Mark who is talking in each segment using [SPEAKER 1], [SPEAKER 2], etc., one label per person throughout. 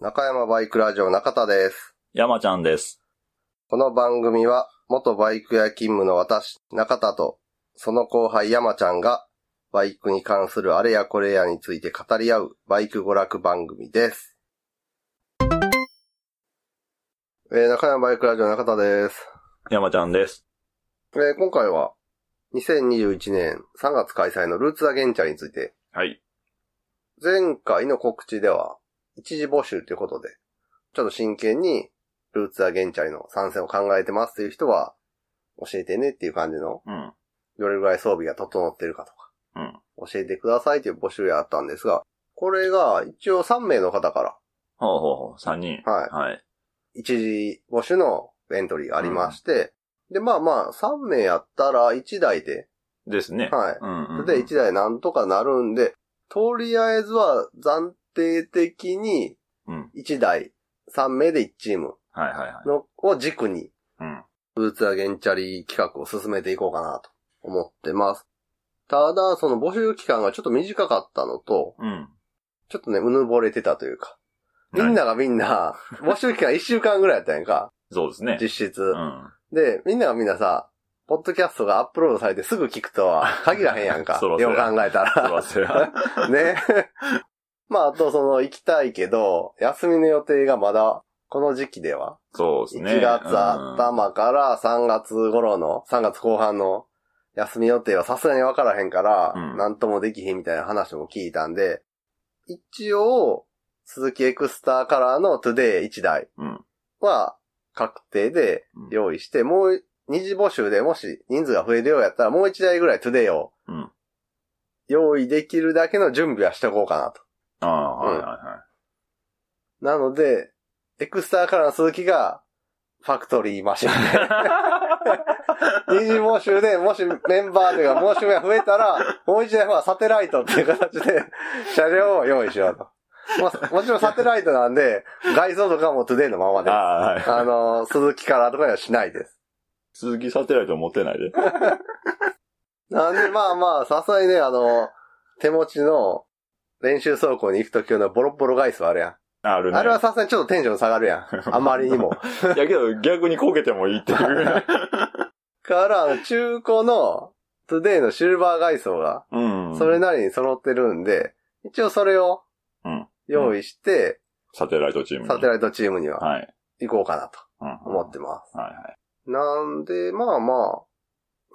[SPEAKER 1] 中山バイクラジオ中田です。
[SPEAKER 2] 山ちゃんです。
[SPEAKER 1] この番組は、元バイク屋勤務の私、中田と、その後輩山ちゃんが、バイクに関するあれやこれやについて語り合う、バイク娯楽番組です。えー中山バイクラジオ中田です。
[SPEAKER 2] 山ちゃんです。
[SPEAKER 1] えー今回は、2021年3月開催のルーツアゲンチャーについて、
[SPEAKER 2] はい。
[SPEAKER 1] 前回の告知では、一時募集ということで、ちょっと真剣に、ルーツアゲンチャリの参戦を考えてますという人は、教えてねっていう感じの、
[SPEAKER 2] うん。
[SPEAKER 1] どれぐらい装備が整ってるかとか、
[SPEAKER 2] うん。
[SPEAKER 1] 教えてくださいという募集やあったんですが、これが一応3名の方か
[SPEAKER 2] ほうほうほう。三人。
[SPEAKER 1] ら、はい、
[SPEAKER 2] はい。
[SPEAKER 1] 一時募集のエントリーがありまして、で、まあまあ、3名やったら1台で、
[SPEAKER 2] ですね。
[SPEAKER 1] はい、
[SPEAKER 2] うんうんうん。
[SPEAKER 1] で、1台なんとかなるんで、とりあえずは暫定的に
[SPEAKER 2] うん。
[SPEAKER 1] 1台3名で1チーム
[SPEAKER 2] はいはいはい。
[SPEAKER 1] のを軸に、
[SPEAKER 2] うん。
[SPEAKER 1] ブーツやゲンチャリ企画を進めていこうかなと思ってます。ただ、その募集期間がちょっと短かったのと、
[SPEAKER 2] うん。
[SPEAKER 1] ちょっとね、うぬぼれてたというか、みん
[SPEAKER 2] 何。
[SPEAKER 1] ながみん な、募集期間1週間ぐらいやったやんか、
[SPEAKER 2] そうですね。
[SPEAKER 1] 実質。
[SPEAKER 2] うん。
[SPEAKER 1] で、みんながみんなさ、ポッドキャストがアップロードされてすぐ聞くとは限らへんやんか。
[SPEAKER 2] そ
[SPEAKER 1] よ
[SPEAKER 2] ら
[SPEAKER 1] う
[SPEAKER 2] そ
[SPEAKER 1] 考
[SPEAKER 2] ら
[SPEAKER 1] えた
[SPEAKER 2] そ
[SPEAKER 1] ら
[SPEAKER 2] ら。そら。
[SPEAKER 1] ね。まあ、あと、その、行きたいけど、休みの予定がまだ、この時期では、
[SPEAKER 2] そうですね。
[SPEAKER 1] 1月頭から3月頃の、3月後半の休み予定はさすがにわからへんから、
[SPEAKER 2] うん
[SPEAKER 1] なんともできへんみたいな話も聞いたんで、一応、鈴木エクスターカラーのトゥデイ1台
[SPEAKER 2] うん
[SPEAKER 1] は確定で用意して、もう二次募集でもし人数が増えるようやったらもう1台ぐらいトゥデイを
[SPEAKER 2] うん
[SPEAKER 1] 用意できるだけの準備はしておこうかなと。
[SPEAKER 2] うん。ああ、はいはい は
[SPEAKER 1] なので、エクスターカラーの鈴木がファクトリーマ シンで、二次募集で、もしメンバーというか申し込みが増えたら、もう一台はサテライトっていう形で、車両を用意しようと。まあ、もちろんサテライトなんで、外装とかもトゥデイのまま
[SPEAKER 2] い。
[SPEAKER 1] で。あ
[SPEAKER 2] ああ、はい。
[SPEAKER 1] の、鈴木からとかにはしないです。
[SPEAKER 2] 鈴木サテライト持ってないで。
[SPEAKER 1] なんで、まあまあ、さすがにね、あの、手持ちの練習走行に行くときのボロボロ外装あるや
[SPEAKER 2] ある
[SPEAKER 1] ん。
[SPEAKER 2] ね。
[SPEAKER 1] あれはさすがにちょっとテンション下がるや ん。あまりにも。
[SPEAKER 2] いやけど逆に焦げてもいい っていうぐらい。
[SPEAKER 1] から、あの中古のトゥデイのシルバー外装が、
[SPEAKER 2] うん。
[SPEAKER 1] それなりに揃ってるんで、一応それを
[SPEAKER 2] うん、
[SPEAKER 1] 用意して、
[SPEAKER 2] サテライトチームに。
[SPEAKER 1] サテライトチームには
[SPEAKER 2] はい。
[SPEAKER 1] 行こうかなと
[SPEAKER 2] うん。
[SPEAKER 1] 思ってます。
[SPEAKER 2] はいはい。
[SPEAKER 1] なんで、まあまあ、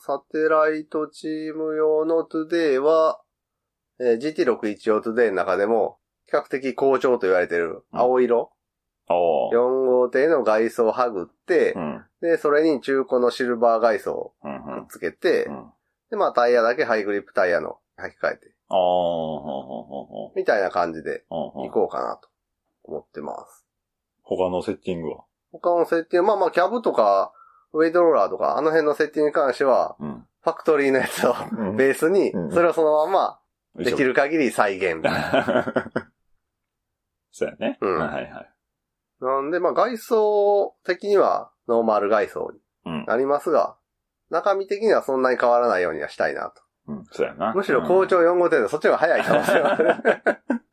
[SPEAKER 1] サテライトチーム用のトゥデイは、えー GT61 用トゥデイの中でも、比較的好調と言われてる青色、
[SPEAKER 2] おー。
[SPEAKER 1] 4号艇の外装をはぐって、
[SPEAKER 2] うん。
[SPEAKER 1] で、それに中古のシルバー外装を
[SPEAKER 2] うんう
[SPEAKER 1] くっ
[SPEAKER 2] ん。
[SPEAKER 1] つけて、
[SPEAKER 2] うん。
[SPEAKER 1] で、まあタイヤだけハイグリップタイヤの履き替えて、
[SPEAKER 2] ああ、ほうほうほうほう。
[SPEAKER 1] みたいな感じで
[SPEAKER 2] うんう
[SPEAKER 1] 行
[SPEAKER 2] ん
[SPEAKER 1] こうかなと思ってます。
[SPEAKER 2] 他のセッティングは
[SPEAKER 1] 他の設定、まあまあキャブとか、ウェイドローラーとか、あの辺の設定に関しては、
[SPEAKER 2] うん。
[SPEAKER 1] ファクトリーのやつをベースに
[SPEAKER 2] う、ん
[SPEAKER 1] それをそのままで
[SPEAKER 2] で
[SPEAKER 1] き。る限り再 現。
[SPEAKER 2] そうやね。
[SPEAKER 1] うん
[SPEAKER 2] はいはいはい。
[SPEAKER 1] なんで、まあ外装的にはノーマル外装に
[SPEAKER 2] うん。
[SPEAKER 1] なりますが、中身的にはそんなに変わらないようにはしたいなと。
[SPEAKER 2] うん。そうやな。
[SPEAKER 1] むしろ校長4号艇でそっちの方が早いかもしれません。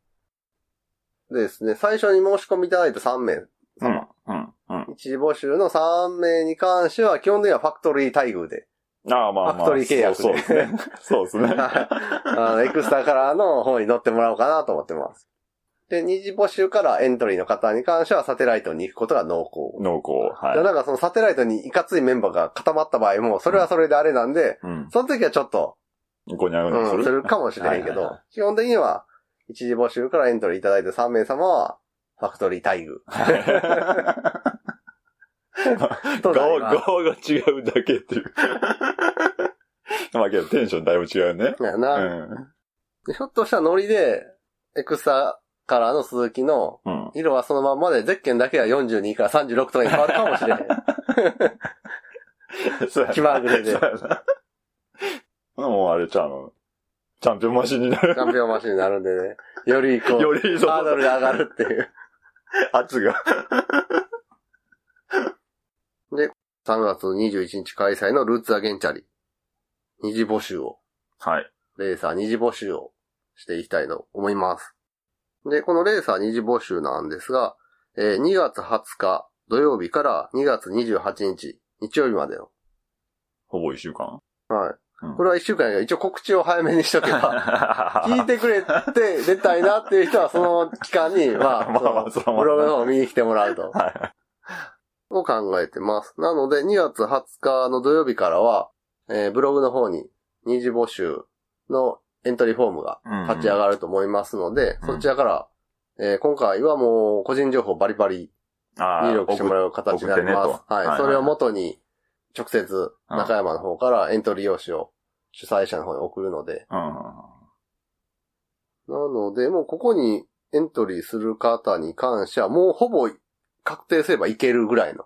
[SPEAKER 1] ですね、最初に申し込みいただいた3名
[SPEAKER 2] うん。
[SPEAKER 1] 様。
[SPEAKER 2] うん。うん。
[SPEAKER 1] 一時募集の3名に関しては、基本的にはファクトリー待遇 で、
[SPEAKER 2] ああ、まあまあ。
[SPEAKER 1] ファクトリー契約で
[SPEAKER 2] そうそうですね。そうですね。
[SPEAKER 1] あの、エクスタカラーの方に乗ってもらおうかなと思ってます。で、二次募集からエントリーの方に関しては、サテライトに行くことが濃厚。
[SPEAKER 2] 濃厚。
[SPEAKER 1] で
[SPEAKER 2] は
[SPEAKER 1] なんかそのサテライトにいかついメンバーが固まった場合も、それはそれであれなんで、
[SPEAKER 2] い。うん。
[SPEAKER 1] その時はちょっと、
[SPEAKER 2] ごにゃ
[SPEAKER 1] う
[SPEAKER 2] ごにゃす
[SPEAKER 1] ん、
[SPEAKER 2] る。
[SPEAKER 1] す るかもしれへんけ
[SPEAKER 2] はいはい
[SPEAKER 1] ど、基本的には、一次募集からエントリーいただいた3名様は、ファクトリー待 遇。
[SPEAKER 2] はい
[SPEAKER 1] とな
[SPEAKER 2] 側
[SPEAKER 1] ります
[SPEAKER 2] 側が違うだけっていう。 まあけどテンションだいぶ違うね。
[SPEAKER 1] や
[SPEAKER 2] う
[SPEAKER 1] な、
[SPEAKER 2] ん。
[SPEAKER 1] でひょっとしたらノリで、エクスタカラーの鈴木の
[SPEAKER 2] うん。
[SPEAKER 1] 色はそのまんまで、ゼッケンだけは42から36とかに変わるかもし れへん。
[SPEAKER 2] そうやな
[SPEAKER 1] 気まぐれで
[SPEAKER 2] そうやなもうあれちゃうの。チャンピオンマシンになる
[SPEAKER 1] チ。ャンピオンマシンになるんでね。よりこ
[SPEAKER 2] よ
[SPEAKER 1] う、
[SPEAKER 2] りそ
[SPEAKER 1] ハード
[SPEAKER 2] の
[SPEAKER 1] ルが上がるっていう。
[SPEAKER 2] 圧が。
[SPEAKER 1] 3月21日開催のルーツアゲンチャリ。二次募集を、
[SPEAKER 2] はい。
[SPEAKER 1] レーサー二次募集をしていきたいと思います。で、このレーサー二次募集なんですが、えー2月20日土曜日から2月28日日曜日までの。
[SPEAKER 2] ほぼ一週間。
[SPEAKER 1] はい。
[SPEAKER 2] うん
[SPEAKER 1] これは1週間やけど一応告知を早めにしとけば、 聞いてくれて出たいなっていう人はその期間 に、ま
[SPEAKER 2] まあま
[SPEAKER 1] あ
[SPEAKER 2] あ、
[SPEAKER 1] そ
[SPEAKER 2] その
[SPEAKER 1] のブログの方を見に来てもらうと。
[SPEAKER 2] は
[SPEAKER 1] を考えてます。なので、2月20日の土曜日からは、えーブログの方に二次募集のエントリーフォームが
[SPEAKER 2] い。
[SPEAKER 1] 立ち上がると思いますので、
[SPEAKER 2] うん
[SPEAKER 1] そちらから、えー今回はもう個人情報バリバリ
[SPEAKER 2] が
[SPEAKER 1] 入力してもらう形になります。
[SPEAKER 2] 送ってねと
[SPEAKER 1] はい、
[SPEAKER 2] はいはい
[SPEAKER 1] それを元に、直接中山の方からエントリー用紙を主催者の方に送るので、
[SPEAKER 2] うんうん
[SPEAKER 1] なので、もうここにエントリーする方に関しては、もうほぼ確定すればいけるぐらいの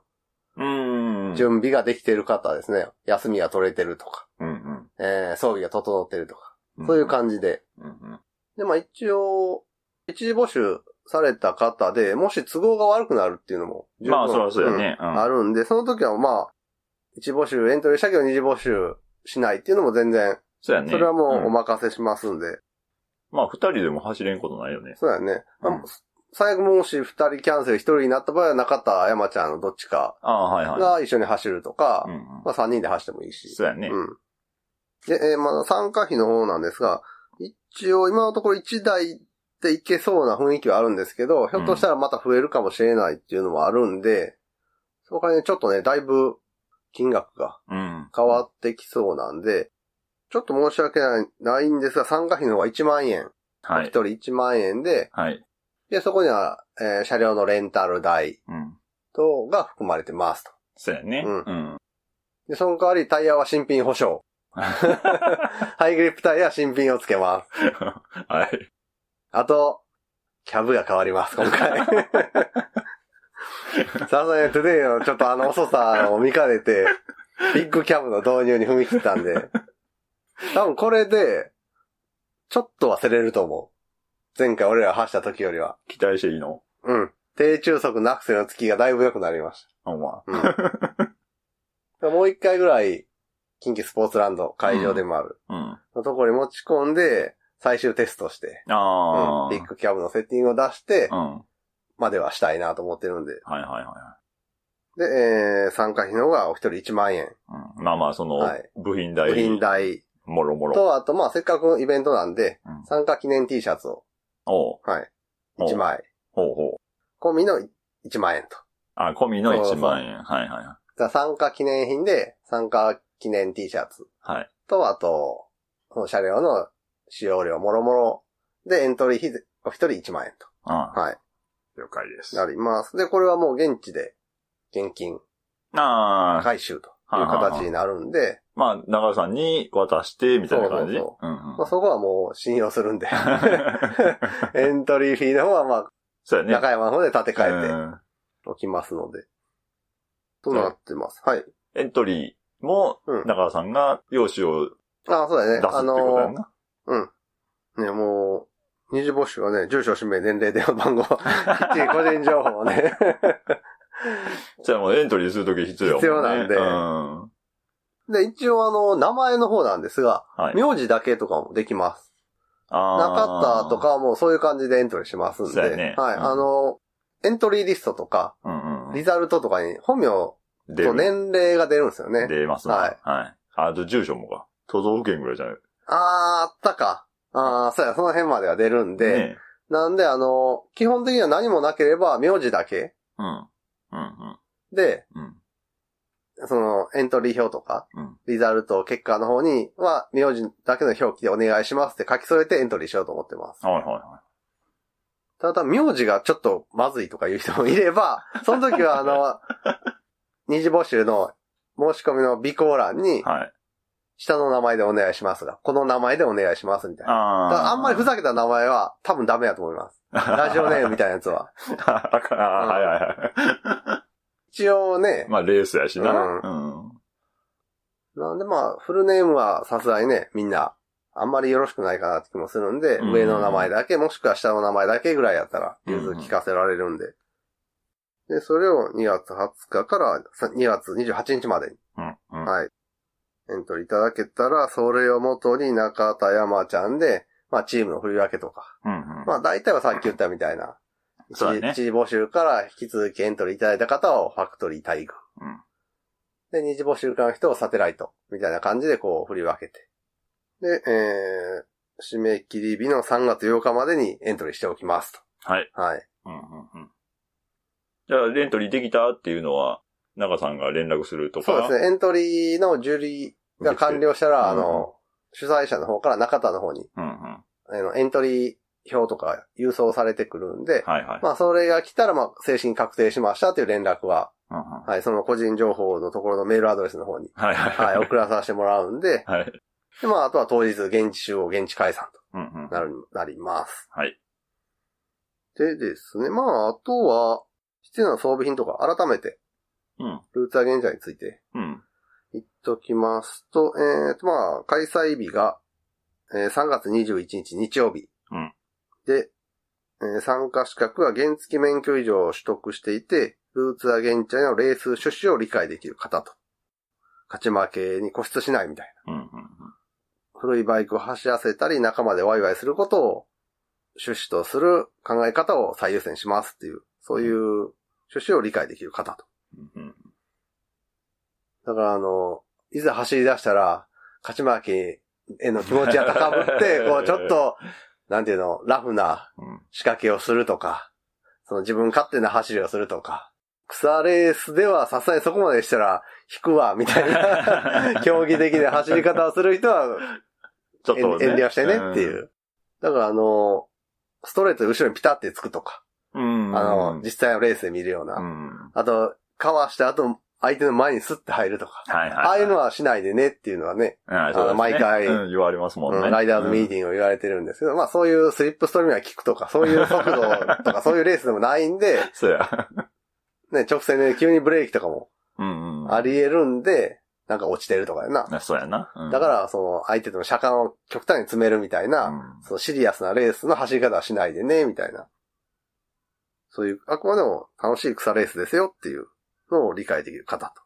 [SPEAKER 2] うん。うん。
[SPEAKER 1] 準備ができてる方ですね。休みが取れてるとか、
[SPEAKER 2] うん
[SPEAKER 1] えー装備が整ってるとか、
[SPEAKER 2] うん。
[SPEAKER 1] そういう感じで。
[SPEAKER 2] じ。うん
[SPEAKER 1] で、まあ一応、一時募集された方で、もし都合が悪くなるっていうのも
[SPEAKER 2] うんまあ、そりゃそうやね。う
[SPEAKER 1] うん
[SPEAKER 2] ん。
[SPEAKER 1] あるんで、その時はまあ、一募集、エントリーしたけど二次募集しないっていうのも全然、
[SPEAKER 2] そうやね。
[SPEAKER 1] それはもうお
[SPEAKER 2] ん
[SPEAKER 1] 任せしますんで、
[SPEAKER 2] まあ、二人でも走れんことないよね。
[SPEAKER 1] そうだよね。まあ
[SPEAKER 2] うん
[SPEAKER 1] 最後もし二人キャンセル一人になった場合は中田山ちゃんのどっちか
[SPEAKER 2] ああ、はいは
[SPEAKER 1] が一緒に走るとか、
[SPEAKER 2] い。うんうん
[SPEAKER 1] まあ三人で走ってもいいし。
[SPEAKER 2] そうやね。
[SPEAKER 1] うん。で、えーまあ参加費の方なんですが、一応今のところ一台でいけそうな雰囲気はあるんですけど、ひょっとしたらまた増えるかもしれないっていうのもあるんで、そこからね、ちょっとね、だいぶ金額が
[SPEAKER 2] うん。
[SPEAKER 1] 変わってきそうなんで、ちょっと申し訳ないないんですが、参加費の方は1万円。
[SPEAKER 2] は
[SPEAKER 1] 一
[SPEAKER 2] い。
[SPEAKER 1] 人1万円で、
[SPEAKER 2] はい。
[SPEAKER 1] で、そこには、えー車両のレンタル代
[SPEAKER 2] うん。
[SPEAKER 1] と、が含まれてますと。
[SPEAKER 2] そうやね。
[SPEAKER 1] う
[SPEAKER 2] うんん。
[SPEAKER 1] で、その代わりタイヤは新品保証。ハイグリップタイヤは新品をつけます。
[SPEAKER 2] はい。
[SPEAKER 1] あと、キャブが変わります、今回。さすがにトゥデイのちょっとあの遅さを見かねて、ビッグキャブの導入に踏み切ったんで、多分これで、ちょっと忘れると思う。前回俺ら走った時よりは。
[SPEAKER 2] 期待していいの
[SPEAKER 1] うん。低中速のアクセルのつきがだいぶ良くなりました。
[SPEAKER 2] ほんま。
[SPEAKER 1] うん、もう一回ぐらい、近畿スポーツランド会場でもある、
[SPEAKER 2] うん。
[SPEAKER 1] のところに持ち込んで、最終テストして、うん
[SPEAKER 2] ああ。
[SPEAKER 1] ビッグキャブのセッティングを出して
[SPEAKER 2] う、ん。はい
[SPEAKER 1] まではしたいなと思ってるんで。
[SPEAKER 2] はいはいはい。
[SPEAKER 1] で、えー、参加費の方がお一人1万円。
[SPEAKER 2] うんまあまあ、その
[SPEAKER 1] はい、
[SPEAKER 2] 部品代、
[SPEAKER 1] 部品代
[SPEAKER 2] もろもろ。
[SPEAKER 1] と、あと、まあ、せっかくのイベントなんで、
[SPEAKER 2] うん
[SPEAKER 1] 参加記念 T シャツを、
[SPEAKER 2] おう
[SPEAKER 1] はい、
[SPEAKER 2] おう
[SPEAKER 1] 1枚。
[SPEAKER 2] ほうほう。
[SPEAKER 1] 込みの1万円と。
[SPEAKER 2] あ、込みの1万円。はいはいは
[SPEAKER 1] じゃあ参加記念品で、参加記念 T シャツ
[SPEAKER 2] い。はい。
[SPEAKER 1] と、あと、その車両の使用料もろもろでエントリー費で、お一人1万円
[SPEAKER 2] あ
[SPEAKER 1] と。はい。
[SPEAKER 2] 了解です
[SPEAKER 1] なります。で、これはもう現地で現金
[SPEAKER 2] ああ、
[SPEAKER 1] 回収という形になるんで、
[SPEAKER 2] まあ、長尾さんに渡して、みたいな感じ。
[SPEAKER 1] そううんそう
[SPEAKER 2] うん
[SPEAKER 1] まあ、そこはもう信用する んで。
[SPEAKER 2] そ
[SPEAKER 1] エントリーフィーの方はまあ、
[SPEAKER 2] うやね。
[SPEAKER 1] 中山の方で立て替えて
[SPEAKER 2] うん
[SPEAKER 1] おきますので。となってます。はい。
[SPEAKER 2] エントリーも
[SPEAKER 1] うん、
[SPEAKER 2] 中尾さんが用紙を
[SPEAKER 1] ああ、そうだ
[SPEAKER 2] 出
[SPEAKER 1] ね
[SPEAKER 2] すって。
[SPEAKER 1] あ
[SPEAKER 2] ことや
[SPEAKER 1] の
[SPEAKER 2] な。
[SPEAKER 1] ー、ね、もう、二次募集はね、住所、氏名、年齢、電話番 号、きっちり個人情報をね。
[SPEAKER 2] じゃあもうエントリーするとき必要やもね
[SPEAKER 1] 必要なんで
[SPEAKER 2] うん。
[SPEAKER 1] で、一応あの、名前の方なんですが、
[SPEAKER 2] はい。
[SPEAKER 1] 名字だけとかもできます。な
[SPEAKER 2] あ
[SPEAKER 1] かったとかはもうそういう感じでエントリーしますん
[SPEAKER 2] そう
[SPEAKER 1] で。
[SPEAKER 2] やね
[SPEAKER 1] はい。
[SPEAKER 2] うん
[SPEAKER 1] あの、エントリーリストとか、
[SPEAKER 2] ー。うんうん。
[SPEAKER 1] リザルトとかに本名と
[SPEAKER 2] 出る
[SPEAKER 1] 年齢が出るんですよね。
[SPEAKER 2] 出ますな
[SPEAKER 1] は
[SPEAKER 2] はいい。あと住所もか。都道府県ぐらいじゃない
[SPEAKER 1] あー、あったか。あー、そうや、その辺までは出るんで。
[SPEAKER 2] ね
[SPEAKER 1] なんで、あの、基本的には何もなければ名字だけ
[SPEAKER 2] うん。うん
[SPEAKER 1] で、
[SPEAKER 2] うん。うん。
[SPEAKER 1] その、エントリー表とか、
[SPEAKER 2] うん
[SPEAKER 1] リザルト結果の方には、名字だけの表記でお願いしますって書き添えてエントリーしようと思ってます。
[SPEAKER 2] はいはいは
[SPEAKER 1] ただ、名字がちょっとまずいとかいう人もいれ ば、その時はあの、二次募集の申し込みの備考欄に
[SPEAKER 2] い。、はい。
[SPEAKER 1] 下の名前でお願いしますが、この名前でお願いしますみたい
[SPEAKER 2] あ
[SPEAKER 1] な。だから
[SPEAKER 2] あ。
[SPEAKER 1] あんまりふざけた名前は多分ダメやと思います。 ラジオネームみたいなやつは。
[SPEAKER 2] ああかんあ
[SPEAKER 1] うん
[SPEAKER 2] はいはいは
[SPEAKER 1] 一応ね
[SPEAKER 2] い。、まあ、レースやしな。
[SPEAKER 1] うん
[SPEAKER 2] うん。
[SPEAKER 1] なんでまあ、フルネームはさすがにね、みんな、あんまりよろしくないかなって気もするんで、
[SPEAKER 2] うん
[SPEAKER 1] 上の名前だけ、もしくは下の名前だけぐらいやったら、
[SPEAKER 2] うん
[SPEAKER 1] 融通聞かせられるんで。で、それを2月20日からさ2月28日までに
[SPEAKER 2] うん。うん
[SPEAKER 1] はい。エントリーいただけたら、それをもとに中田山ちゃんで、まあチームの振り分けとか、
[SPEAKER 2] うんうん。
[SPEAKER 1] まあ大体はさっき言ったみたいな、知
[SPEAKER 2] そうだね。
[SPEAKER 1] 事募集から引き続きエントリーいただいた方をファクトリー待遇。
[SPEAKER 2] うん
[SPEAKER 1] で、二次募集からの人をサテライト。みたいな感じでこう振り分けて。で、えー、締め切り日の3月8日までにエントリーしておきます
[SPEAKER 2] はい。
[SPEAKER 1] と。はい。
[SPEAKER 2] うんうんうん。じゃあ、レントリーできたっていうのは、長さんが連絡するとか。
[SPEAKER 1] そうですね。エントリーの受理が完了したら、あの、主催者の方から中田の方に、
[SPEAKER 2] うんうん。は
[SPEAKER 1] あの、エントリー表とか郵送されてくるんで
[SPEAKER 2] い、はい。
[SPEAKER 1] まあ、それが来たら、まあ、正式に確定しましたという連絡は、
[SPEAKER 2] うんうん
[SPEAKER 1] はい、その個人情報のところのメールアドレスの方に、
[SPEAKER 2] はいはい
[SPEAKER 1] はい、
[SPEAKER 2] はい。
[SPEAKER 1] 送らさせてもらうんで、
[SPEAKER 2] はい。
[SPEAKER 1] で、まあ、あとは当日、現地集合、現地解散
[SPEAKER 2] うんうん
[SPEAKER 1] と。なる、なります。
[SPEAKER 2] はい。
[SPEAKER 1] でですね、まあ、あとは、必要な装備品とか、改めて、
[SPEAKER 2] うん。
[SPEAKER 1] ルーツアゲンジャーについて
[SPEAKER 2] うん。
[SPEAKER 1] 言っときますと、えーと、まあ、開催日が、えー3月21日日曜日。
[SPEAKER 2] うん
[SPEAKER 1] で、えー参加資格は原付免許以上を取得していて、ルーツアゲンチャーのレース趣旨を理解できる方と。勝ち負けに固執しないみたい
[SPEAKER 2] うんうん
[SPEAKER 1] な。古いバイクを走らせたり、仲間でワイワイすることを趣旨とする考え方を最優先しますっていう、そういう趣旨を理解できる方と。
[SPEAKER 2] う んうん。
[SPEAKER 1] だからあの、いざ走り出したら、勝ち負けへの気持ちが高ぶ って、こうちょっと、なんていうの、ラフな
[SPEAKER 2] うん
[SPEAKER 1] 仕掛けをするとか、その自分勝手な走りをするとか、草レースではさすがにそこまでしたら引くわ、みたい な、競技的な走り方をする人は
[SPEAKER 2] ちょっ
[SPEAKER 1] 遠
[SPEAKER 2] と、ね。
[SPEAKER 1] 遠慮してねっていう。だからあの、ストレートで後ろにピタってつくとか、
[SPEAKER 2] うん。うん。
[SPEAKER 1] あの、実際のレースで見るような、
[SPEAKER 2] うん。
[SPEAKER 1] あと、かわした後、相手の前にスッて入るとか、
[SPEAKER 2] はいはい。
[SPEAKER 1] ああいうのはしないでねっていうのはね、
[SPEAKER 2] うん、そうですね
[SPEAKER 1] あの毎回
[SPEAKER 2] うん、言われますもん
[SPEAKER 1] う
[SPEAKER 2] ね。
[SPEAKER 1] んライダーズミー
[SPEAKER 2] ィ
[SPEAKER 1] ティングを言われてるんですけど、まあそういうスリップストリームは効くとか、そういう速度と か、そういうレースでもないんで、
[SPEAKER 2] そうや。
[SPEAKER 1] ね、直線で急にブレーキとかも
[SPEAKER 2] うんうん。
[SPEAKER 1] あり得るんで、なんか落ちてるとかやな。
[SPEAKER 2] あそうやな。うん
[SPEAKER 1] だか、ら、その相手との車間を極端に詰めるみたいな、
[SPEAKER 2] うん
[SPEAKER 1] そのシリアスなレースの走り方はしないでね、みたいな。そういう、あくまでも楽しい草レースですよっていうのを理解できる方と。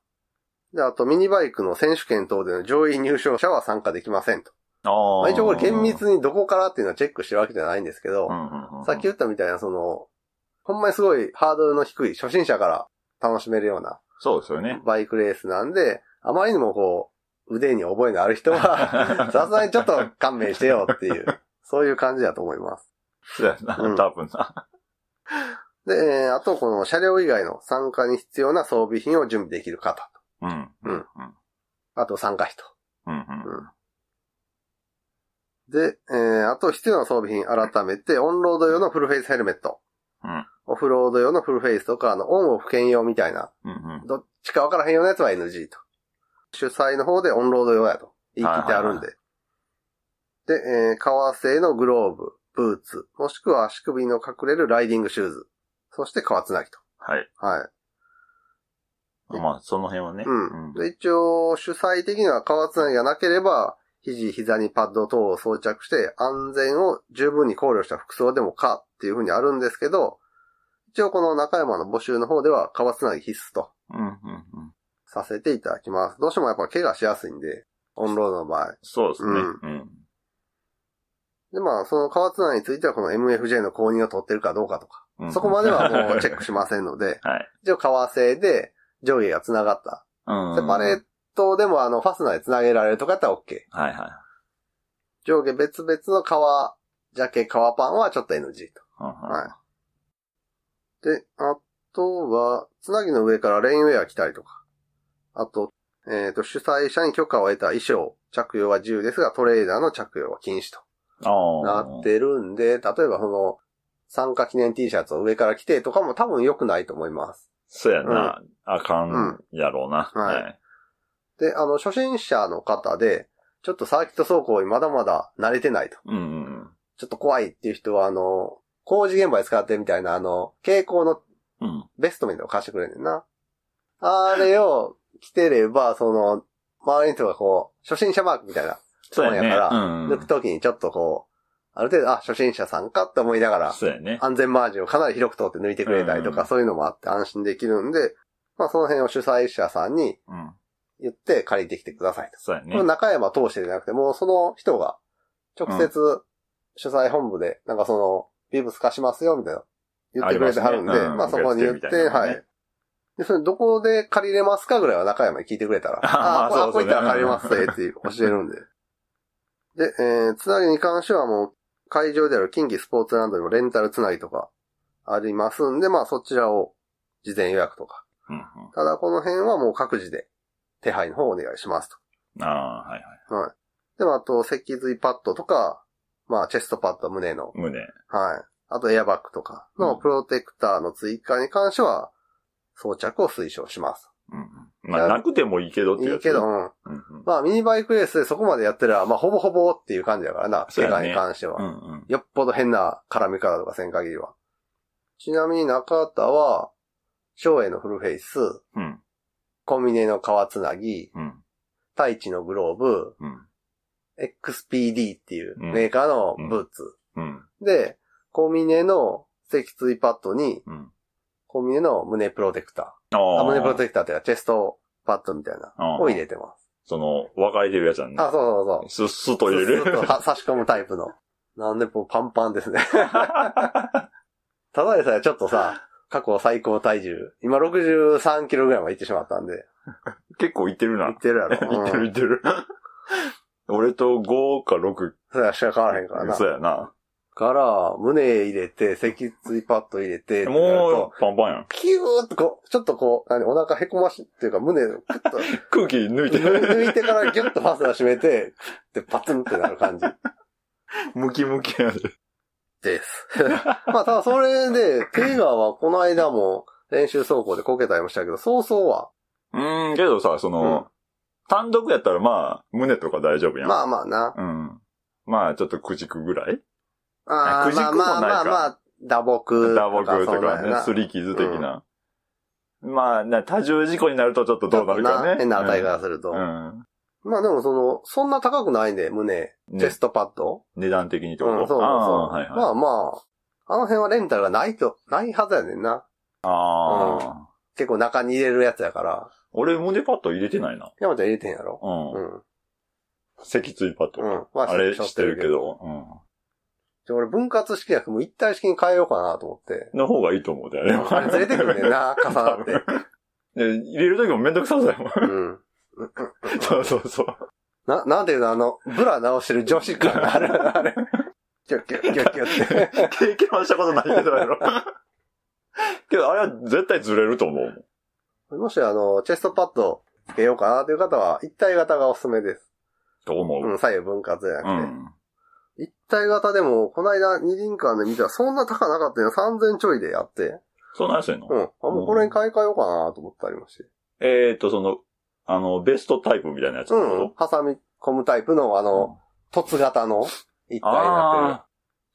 [SPEAKER 1] で、あとミニバイクの選手権等での上位入賞者は参加できませんと。
[SPEAKER 2] あ
[SPEAKER 1] まあ、
[SPEAKER 2] あ。
[SPEAKER 1] 一応これ厳密にどこからっていうのはチェックしてるわけじゃないんですけど、
[SPEAKER 2] うんうんうん。
[SPEAKER 1] さっき言ったみたいなその、ほんまにすごいハードルの低い初心者から楽しめるような
[SPEAKER 2] そうですよね。
[SPEAKER 1] バイクレースなんで、あまりにもこう、腕に覚えのある人 は、 さすがにちょっと勘弁してよっていう、そういう感じだと思います。
[SPEAKER 2] そうやな。
[SPEAKER 1] うん
[SPEAKER 2] 多分な。
[SPEAKER 1] で、えーあとこの車両以外の参加に必要な装備品を準備できる方。
[SPEAKER 2] うん。
[SPEAKER 1] うん
[SPEAKER 2] うん。
[SPEAKER 1] あと参加費と。
[SPEAKER 2] うん
[SPEAKER 1] で、えーあと必要な装備品改めて、オンロード用のフルフェイスヘルメット。
[SPEAKER 2] うん
[SPEAKER 1] オフロード用のフルフェイスとか、あの、オンオフ兼用みたいな、
[SPEAKER 2] うん。うんうん。
[SPEAKER 1] どっちかわからへんようなやつは NG と。主催の方でオンロード用やと。言い切ってあるんで。で、えー革製のグローブ、ブーツ、もしくは足首の隠れるライディングシューズ。そして革つなぎと。
[SPEAKER 2] はい。
[SPEAKER 1] はい。
[SPEAKER 2] まあ、その辺はね。
[SPEAKER 1] うん。で、一応、主催的には革つなぎがなければ、肘、膝にパッド等を装着して、安全を十分に考慮した服装でもかっていうふうにあるんですけど、一応この中山の募集の方では、革つなぎ必須と
[SPEAKER 2] うんうんうん。
[SPEAKER 1] させていただきます。どうしてもやっぱ怪我しやすいんで、オンロードの場合。
[SPEAKER 2] そうですね。
[SPEAKER 1] う
[SPEAKER 2] うんん。
[SPEAKER 1] で、まあ、その革つなぎについては、この MFJ の購入を取ってるかどうかとか、
[SPEAKER 2] うん、
[SPEAKER 1] そこまではもうチェックしませんので
[SPEAKER 2] はい。
[SPEAKER 1] 一応革製で上下が繋がった。
[SPEAKER 2] うん。
[SPEAKER 1] セパレートでもあの、ファスナーで繋げられるとかやったら OK。
[SPEAKER 2] はいはい。
[SPEAKER 1] 上下別々の革、ジャケ、革パンはちょっと NG
[SPEAKER 2] うんうん
[SPEAKER 1] と。はい。で、あとは、つなぎの上からレインウェア着たりとか。あと、えっ、と、主催者に許可を得た衣装、着用は自由ですが、トレーナーの着用は禁止と
[SPEAKER 2] あ
[SPEAKER 1] な
[SPEAKER 2] あ。
[SPEAKER 1] ってるんで、例えばその、参加記念 T シャツを上から着てとかも多分良くないと思います。
[SPEAKER 2] そうやな。あかんやろうな。
[SPEAKER 1] うんはい。で、あの、初心者の方で、ちょっとサーキット走行にまだまだ慣れてないと。
[SPEAKER 2] うんうんうん。
[SPEAKER 1] ちょっと怖いっていう人は、あの、工事現場で使ってるみたいな、あの、蛍光の
[SPEAKER 2] うん。
[SPEAKER 1] ベストみたいなの貸してくれんねんな。あれを着てれば、その、周りの人がこう、初心者マークみたいな、
[SPEAKER 2] そうやね。
[SPEAKER 1] そうやから
[SPEAKER 2] うんう
[SPEAKER 1] 抜く
[SPEAKER 2] ん。
[SPEAKER 1] ときにちょっとこう、ある程度、あ、初心者さんかって思いながら、
[SPEAKER 2] そうやね。
[SPEAKER 1] 安全マージンをかなり広く通って抜いてくれたりと
[SPEAKER 2] う
[SPEAKER 1] か、
[SPEAKER 2] ん
[SPEAKER 1] そういうのもあって安心できるんで、まあその辺を主催者さんに
[SPEAKER 2] うん。
[SPEAKER 1] 言って借りてきてくださいと。
[SPEAKER 2] そうやね
[SPEAKER 1] この。中山通してじゃなくて、もうその人が、直接、主催本部で、なんかその、ビブス貸しますよ、みたいな。言ってくれてはるんで、
[SPEAKER 2] ありますねうん
[SPEAKER 1] まあそこに言って、
[SPEAKER 2] 受付みたいな
[SPEAKER 1] は
[SPEAKER 2] ね
[SPEAKER 1] い。で、それどこで借りれますかぐらいは中山に聞いてくれた ら、
[SPEAKER 2] あー
[SPEAKER 1] ああ、これ
[SPEAKER 2] そうそう
[SPEAKER 1] こういったら借りますねっていう教えるんで。で、えー、つなぎに関してはもう、会場である近畿スポーツランドにもレンタルつなぎとかありますんで、まあそちらを事前予約とか。
[SPEAKER 2] うんうん
[SPEAKER 1] ただこの辺はもう各自で手配の方をお願いしますと。
[SPEAKER 2] ああ、はいはい。
[SPEAKER 1] でもあと、脊髄パッドとか、まあチェストパッド、胸の
[SPEAKER 2] 胸。
[SPEAKER 1] はい。あとエアバッグとかの
[SPEAKER 2] うん
[SPEAKER 1] プロテクターの追加に関しては、装着を推奨します。
[SPEAKER 2] うんうん。まあ、なくてもいいけどって
[SPEAKER 1] い
[SPEAKER 2] や
[SPEAKER 1] い
[SPEAKER 2] つ。
[SPEAKER 1] けど、。うん
[SPEAKER 2] うんうん。
[SPEAKER 1] まあミニバイクレースでそこまでやってりゃ、まあほぼほぼっていう感じだからな、
[SPEAKER 2] そう
[SPEAKER 1] 世
[SPEAKER 2] やね
[SPEAKER 1] 界に関しては。
[SPEAKER 2] うんうん。
[SPEAKER 1] よっぽど変な絡み方とかせん限りは。ちなみに中田は、翔英のフルフェイス、
[SPEAKER 2] うん。
[SPEAKER 1] コンビネの革つなぎ、
[SPEAKER 2] うん。
[SPEAKER 1] 太一のグローブ、
[SPEAKER 2] うん。
[SPEAKER 1] XPD っていうメーカーのブーツ。
[SPEAKER 2] うん。
[SPEAKER 1] で、コミネの脊椎パッドに、
[SPEAKER 2] うん。
[SPEAKER 1] コミネの胸プロテクター。
[SPEAKER 2] ああ
[SPEAKER 1] あ、胸プロテクターっていうか、チェストパッドみたいな
[SPEAKER 2] あー
[SPEAKER 1] を入れてます。
[SPEAKER 2] その、分かれてるやつなん
[SPEAKER 1] あ、そうそうそう。
[SPEAKER 2] すっすと入れる
[SPEAKER 1] ス。ッとは差し込むタイプの。なんでもうパンパンですね。 ただでさえちょっとさ、過去最高体重、今63キロぐらいまで行ってしまったんで、
[SPEAKER 2] 結構いってる
[SPEAKER 1] 行
[SPEAKER 2] な
[SPEAKER 1] っ。てる やろ。
[SPEAKER 2] いって
[SPEAKER 1] う
[SPEAKER 2] る
[SPEAKER 1] ん
[SPEAKER 2] いってる。俺と5か6。
[SPEAKER 1] それはしか変わらへんからな。
[SPEAKER 2] そうやな。
[SPEAKER 1] から、胸入れて、脊椎パッド入れて、ってなる
[SPEAKER 2] も
[SPEAKER 1] と
[SPEAKER 2] う、パンパンやん。
[SPEAKER 1] キューってこう、ちょっとこう、何、お腹へこましっていうか、胸をクッと
[SPEAKER 2] 空気抜い て
[SPEAKER 1] 抜いてからギュッとファスナー閉めて、で、パツンってなる感じ。
[SPEAKER 2] ムキムキやで。
[SPEAKER 1] です。まあ、ただそれで、テイガーはこの間も練習走行でこけたりもしたけど、そうそうは、
[SPEAKER 2] うーん、けどさ、その、単独やったらまあ、胸とか大丈夫やん。
[SPEAKER 1] まあまあな。
[SPEAKER 2] うん。まあ、ちょっとくじくぐらい
[SPEAKER 1] あ
[SPEAKER 2] く
[SPEAKER 1] ー
[SPEAKER 2] じく
[SPEAKER 1] ま
[SPEAKER 2] も
[SPEAKER 1] あまあ
[SPEAKER 2] な
[SPEAKER 1] ま
[SPEAKER 2] いか
[SPEAKER 1] あまあ、打撲とか。
[SPEAKER 2] 打撲とか
[SPEAKER 1] そんなんや
[SPEAKER 2] ね、
[SPEAKER 1] な
[SPEAKER 2] すり傷的な。まあ、な多重事故になるとちょっとどうなるか
[SPEAKER 1] ちょっと
[SPEAKER 2] ね。
[SPEAKER 1] 変な値がすると。
[SPEAKER 2] うん。うん
[SPEAKER 1] まあでもその、そんな高くないんで、胸、
[SPEAKER 2] ね
[SPEAKER 1] テストパッド。
[SPEAKER 2] 値段的にってこ
[SPEAKER 1] うん、
[SPEAKER 2] と
[SPEAKER 1] そうそうそう。
[SPEAKER 2] あーはいはい。
[SPEAKER 1] まあまあ、あの辺はレンタルがないと、ないはずやねんな。
[SPEAKER 2] ああ、
[SPEAKER 1] 結構中に入れるやつやから。
[SPEAKER 2] 俺胸パッド入れてないな。
[SPEAKER 1] 山ちゃん入れてんやろ
[SPEAKER 2] うん。
[SPEAKER 1] うん。
[SPEAKER 2] 脊椎パッド。
[SPEAKER 1] うん。ま
[SPEAKER 2] あれしてるけ。ど、う
[SPEAKER 1] ちょ俺分割式じゃなくてもう一体式に変えようかなと思って。
[SPEAKER 2] ん。の方がいいと思うで、あれは。
[SPEAKER 1] あれずれてくるねんな、重なって。
[SPEAKER 2] で入れるときもめんどくさそうやもん。
[SPEAKER 1] うん。
[SPEAKER 2] そうそうそう。
[SPEAKER 1] な、なんていうの、あの、ブラ直してる女子感 がある、あれ。キュッキュッキュッキュッって。
[SPEAKER 2] 経験はしたことないけどやろ。 けど、あれは絶対ずれると思う。
[SPEAKER 1] もし、あの、チェストパッドつけようかなという方は、一体型がおすすめです。
[SPEAKER 2] と思
[SPEAKER 1] う
[SPEAKER 2] う。
[SPEAKER 1] ん、左右分割じゃなく
[SPEAKER 2] う
[SPEAKER 1] て。
[SPEAKER 2] ん。
[SPEAKER 1] 一体型でも、この間、二輪間で見たら、そんな高なかったよ。3000ちょいでやって。
[SPEAKER 2] そうなんすよの
[SPEAKER 1] うん。あ、もうこれに買い替えようかなと思ったりもして。
[SPEAKER 2] えーっと、その、あの、ベストタイプみたいなやつ
[SPEAKER 1] う
[SPEAKER 2] の
[SPEAKER 1] ん。
[SPEAKER 2] こ
[SPEAKER 1] 挟み込むタイプの、あ
[SPEAKER 2] と
[SPEAKER 1] の、凸型の一体になってる
[SPEAKER 2] あ。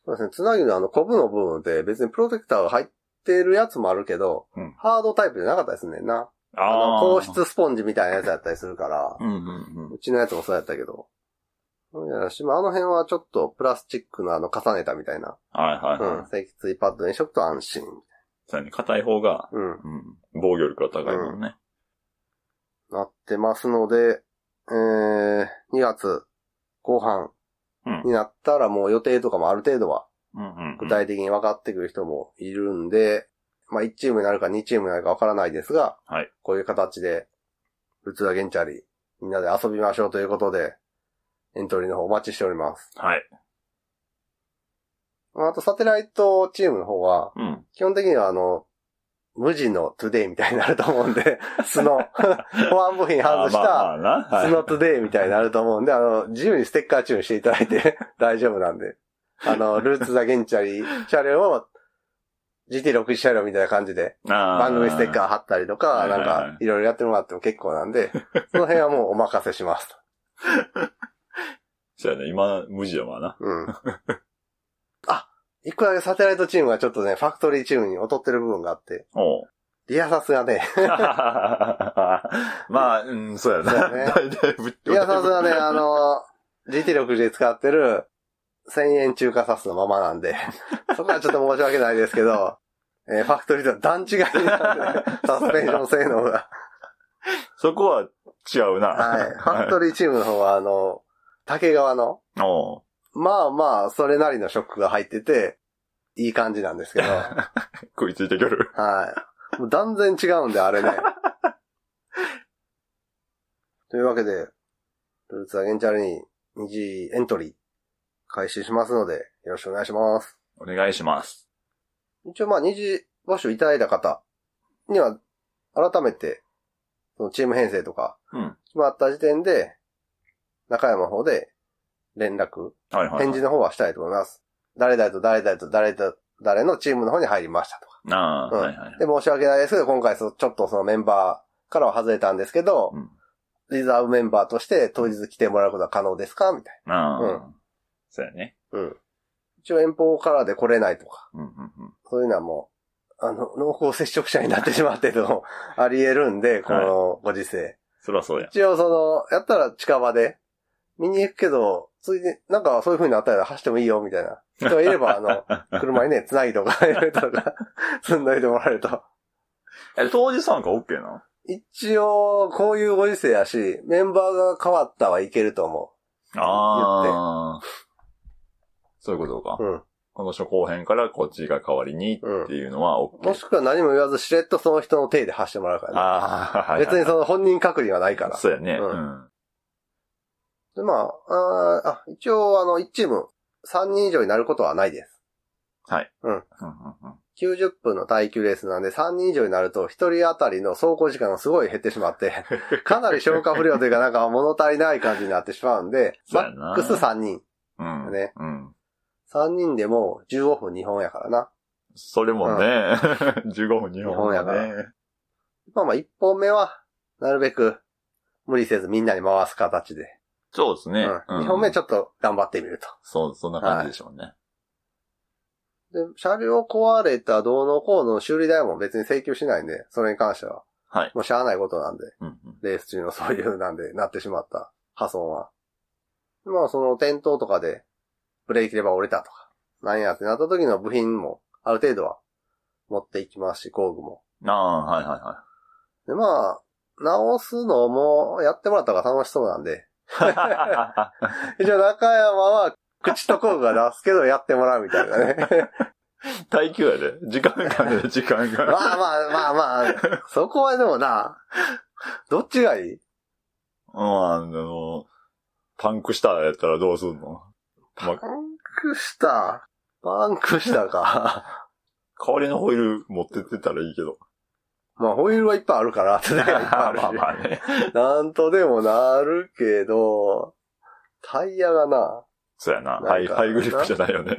[SPEAKER 1] そうですね。つなぎのあの、コブの部分って別にプロテクターが入ってるやつもあるけど、
[SPEAKER 2] うん
[SPEAKER 1] ハードタイプじゃなかったですねんな。
[SPEAKER 2] あ
[SPEAKER 1] あ
[SPEAKER 2] あ
[SPEAKER 1] の、
[SPEAKER 2] ー。
[SPEAKER 1] 硬質スポンジみたいなやつやったりするから、
[SPEAKER 2] うんうん
[SPEAKER 1] うちのやつもそうやったけど。そうやし、まああの辺はちょっとプラスチックのあの、重ねたみたいな。
[SPEAKER 2] うん。はいはいは
[SPEAKER 1] う
[SPEAKER 2] い
[SPEAKER 1] ん。。脊椎パッドにしとくと安心。
[SPEAKER 2] そうやね。硬い方が、
[SPEAKER 1] うん。
[SPEAKER 2] うん。防御力が高いもんね。
[SPEAKER 1] なってますので、えー、2月後半
[SPEAKER 2] うん
[SPEAKER 1] になったらもう予定とかもある程度は
[SPEAKER 2] うんうん。
[SPEAKER 1] 具体的に分かってくる人もいるんで、まあ1チームになるか2チームになるか分からないですが、
[SPEAKER 2] はい
[SPEAKER 1] こういう形で、うつらげんちゃり、みんなで遊びましょうということで、エントリーの方お待ちしております。
[SPEAKER 2] はい。
[SPEAKER 1] まああとサテライトチームの方は、
[SPEAKER 2] うん。
[SPEAKER 1] 基本的にはあの、無地のトゥデイみたいになると思うんで、 素 の、保安部品外した、
[SPEAKER 2] あーまあまあな。は
[SPEAKER 1] 素
[SPEAKER 2] い
[SPEAKER 1] のトゥデイみたいになると思うんで、あの、自由にステッカーチューンしていただいて 大丈夫なんで。あ の、ルーツ・ザ・ゲンチャリ車両を GT61 車両みたいな感じで
[SPEAKER 2] 番
[SPEAKER 1] 番組ステッカー貼ったりと
[SPEAKER 2] は
[SPEAKER 1] か、
[SPEAKER 2] いは
[SPEAKER 1] ないん
[SPEAKER 2] はい
[SPEAKER 1] かいろいろやってもらっても結構なん で、その辺はもうお任せしますと。
[SPEAKER 2] そうやね。今、無地やわな。
[SPEAKER 1] うん。あ、一個だけサテライトチームがちょっとね、ファクトリーチームに劣ってる部分があって、
[SPEAKER 2] おう
[SPEAKER 1] リアサスがね、
[SPEAKER 2] まあ、うん、そうや
[SPEAKER 1] そう
[SPEAKER 2] な。
[SPEAKER 1] やね
[SPEAKER 2] 大体ぶっ
[SPEAKER 1] リアサスがね、あの、GT60 で使ってる1000円中華サスのままなんで、 そこはちょっと申し訳ないですけど、えーファクトリーとは段違いなん で、サスペンション性能が。
[SPEAKER 2] そこは違うな。
[SPEAKER 1] はい。ファクトリーチームの方は、あの、竹側の、
[SPEAKER 2] おう
[SPEAKER 1] まあまあ、それなりのショックが入ってて、いい感じなんですけど、は
[SPEAKER 2] 食いついてくる。
[SPEAKER 1] い。もう断然違うんで、あれ ね。というわけで、ルーツアゲンチャルに2次エントリー開始しますので、よろしくお願いします。
[SPEAKER 2] お願いします。
[SPEAKER 1] 一応まあ二次募集いただいた方には、改めて、そのチーム編成とか、
[SPEAKER 2] うん。
[SPEAKER 1] 決まった時点で、中山の方で連絡、
[SPEAKER 2] はいは
[SPEAKER 1] 返
[SPEAKER 2] い、は
[SPEAKER 1] 事
[SPEAKER 2] い。
[SPEAKER 1] の方はしたいと思います。誰々と誰々と誰々と誰のチームの方に入りましたとか。
[SPEAKER 2] ああ、
[SPEAKER 1] うん
[SPEAKER 2] はいはい。
[SPEAKER 1] で、申し訳ないですけど、今回そちょっとそのメンバーからは外れたんですけど、
[SPEAKER 2] うん
[SPEAKER 1] リザーブメンバーとして当日来てもらうことは可能ですかみたい
[SPEAKER 2] ああ、
[SPEAKER 1] う
[SPEAKER 2] そうやね。
[SPEAKER 1] な。うん。一応遠方からで来れないとか。
[SPEAKER 2] うんうんうん。
[SPEAKER 1] そういうのはもう、あの、濃厚接触者になってしまってるのも あり得るんで、このご時世。
[SPEAKER 2] そりゃそうや。
[SPEAKER 1] 一応その、やったら近場で、見に行くけど、ついで、なんかそういう風になったら走ってもいいよ、みたいな。人がいれば、あの、車にね、繋いとか、入れとか、 積んどいてもらえると。
[SPEAKER 2] え、当日参加 OK なの
[SPEAKER 1] 一応、こういうご時世やし、メンバーが変わったはいけると思
[SPEAKER 2] ああ。そういうことか。
[SPEAKER 1] う。うん。
[SPEAKER 2] この初後編からこっちが代わりにっていうのは OK。
[SPEAKER 1] もしくは何も言わず、しれっとその人の手で走ってもらうからね。
[SPEAKER 2] ああ、はいはいはい。
[SPEAKER 1] 別にその本人確認はないから。
[SPEAKER 2] そうやね。
[SPEAKER 1] う
[SPEAKER 2] うんん。
[SPEAKER 1] で、まあ、あーあ、一応、あの、1チーム、3人以上になることはないです。
[SPEAKER 2] うんうんうん
[SPEAKER 1] 90分の耐久レースなんで、3人以上になると、1人当たりの走行時間がすごい減ってしま って、かなり消化不良というか、なんか物足りない感じになってしまうんで、
[SPEAKER 2] そう
[SPEAKER 1] マ
[SPEAKER 2] やな
[SPEAKER 1] ックス3人。
[SPEAKER 2] うん。
[SPEAKER 1] ね
[SPEAKER 2] うん。
[SPEAKER 1] 3人でも15分2本やからな。
[SPEAKER 2] それもね、15分2本
[SPEAKER 1] 日本やか
[SPEAKER 2] ね。
[SPEAKER 1] まあまあ、1本目は、なるべく、無理せずみんなに回す形で。
[SPEAKER 2] そうです
[SPEAKER 1] う
[SPEAKER 2] ね。
[SPEAKER 1] ん。2本目ち
[SPEAKER 2] ょっと。
[SPEAKER 1] ょっと頑張ってみると。
[SPEAKER 2] そう、そんな感じでしょうね。
[SPEAKER 1] で、車両壊れたどうのこうの修理代も別に請求しないんで、それに関しては。
[SPEAKER 2] はい
[SPEAKER 1] もうしゃあないことなんで、
[SPEAKER 2] うんうん。
[SPEAKER 1] レース中のそういうなんで、なってしまった破損は。でまあ、その転倒とかで、ブレーキレバー折れたとか、なんやってなった時の部品も、ある程度は、持っていきますし、工具も。
[SPEAKER 2] ああ、はいはいはい。
[SPEAKER 1] で、まあ、直すのも、やってもらった方が楽しそうなんで、 一応中山は、口と工具が出すけど、やってもらうみたいな ね。
[SPEAKER 2] 耐久やで。時間がね、時間
[SPEAKER 1] ま
[SPEAKER 2] が。
[SPEAKER 1] あまあまあまあ、そこはでもな、どっちがいい
[SPEAKER 2] うん、あの、パンクしたやったらどうすんのまあ
[SPEAKER 1] パンクした。パンクしたか。
[SPEAKER 2] 代わりのホイール持ってってたらいいけど。
[SPEAKER 1] まあ、ホイールはいっぱいある から、ってねいっぱいあるし
[SPEAKER 2] まあまあね。
[SPEAKER 1] なんとでもなるけど、タイヤがな、
[SPEAKER 2] そうやな。
[SPEAKER 1] なんか
[SPEAKER 2] ハイ、ハイグリップじゃないよね。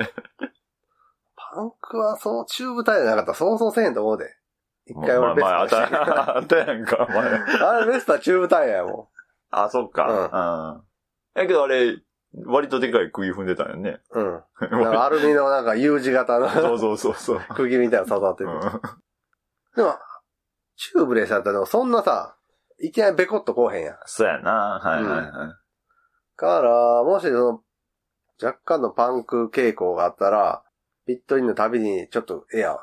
[SPEAKER 1] パンクはそう、チューブタイヤじゃなかったらそうそうせえへんと思うで。一回俺
[SPEAKER 2] まあ
[SPEAKER 1] ベス
[SPEAKER 2] まあ、
[SPEAKER 1] パ
[SPEAKER 2] あ
[SPEAKER 1] した
[SPEAKER 2] た、あったやんか、前。
[SPEAKER 1] あれベスパチューブタイヤやも
[SPEAKER 2] あ、そっか。うん。やけどあれ、割とでかい釘踏んでたんよね。
[SPEAKER 1] ん。うん。なんかアルミのなんか U 字型
[SPEAKER 2] そ
[SPEAKER 1] の
[SPEAKER 2] うそうそう そう。
[SPEAKER 1] 釘みたいなの刺さって
[SPEAKER 2] う
[SPEAKER 1] る。
[SPEAKER 2] ん
[SPEAKER 1] でも、チューブレースやったらでもそんなさ、いきなりベコッとこうへんやん。
[SPEAKER 2] そうやな。はいはいはい。
[SPEAKER 1] から、もしその、若干のパンク傾向があったら、ピットインのたびにちょっとエア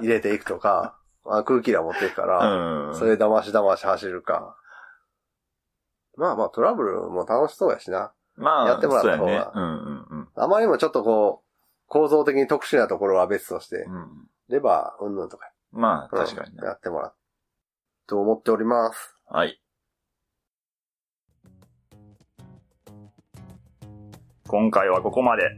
[SPEAKER 1] 入れていくとか、まあ、空気ら持っていくから、
[SPEAKER 2] うん。
[SPEAKER 1] それ騙し騙し走るか。まあまあトラブルも楽しそうやしな。
[SPEAKER 2] まあ、
[SPEAKER 1] やってもらった方が
[SPEAKER 2] そうやね。うんうんうん
[SPEAKER 1] あまりにもちょっとこう、構造的に特殊なところは別として、
[SPEAKER 2] うん。
[SPEAKER 1] レバー、うんぬんとか、
[SPEAKER 2] まあ、
[SPEAKER 1] うん
[SPEAKER 2] 確かにね。
[SPEAKER 1] やってもらう。と思っております。
[SPEAKER 2] はい。今回はここまで。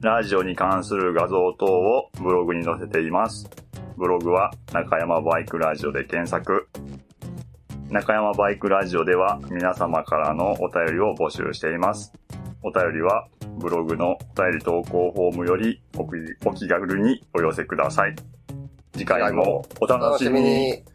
[SPEAKER 2] ラジオに関する画像等をブログに載せています。ブログは中山バイクラジオで検索。中山バイクラジオでは皆様からのお便りを募集しています。お便りはブログのお便り投稿フォームよりお気お気軽にお寄せください。次回もお楽しみに。
[SPEAKER 1] に。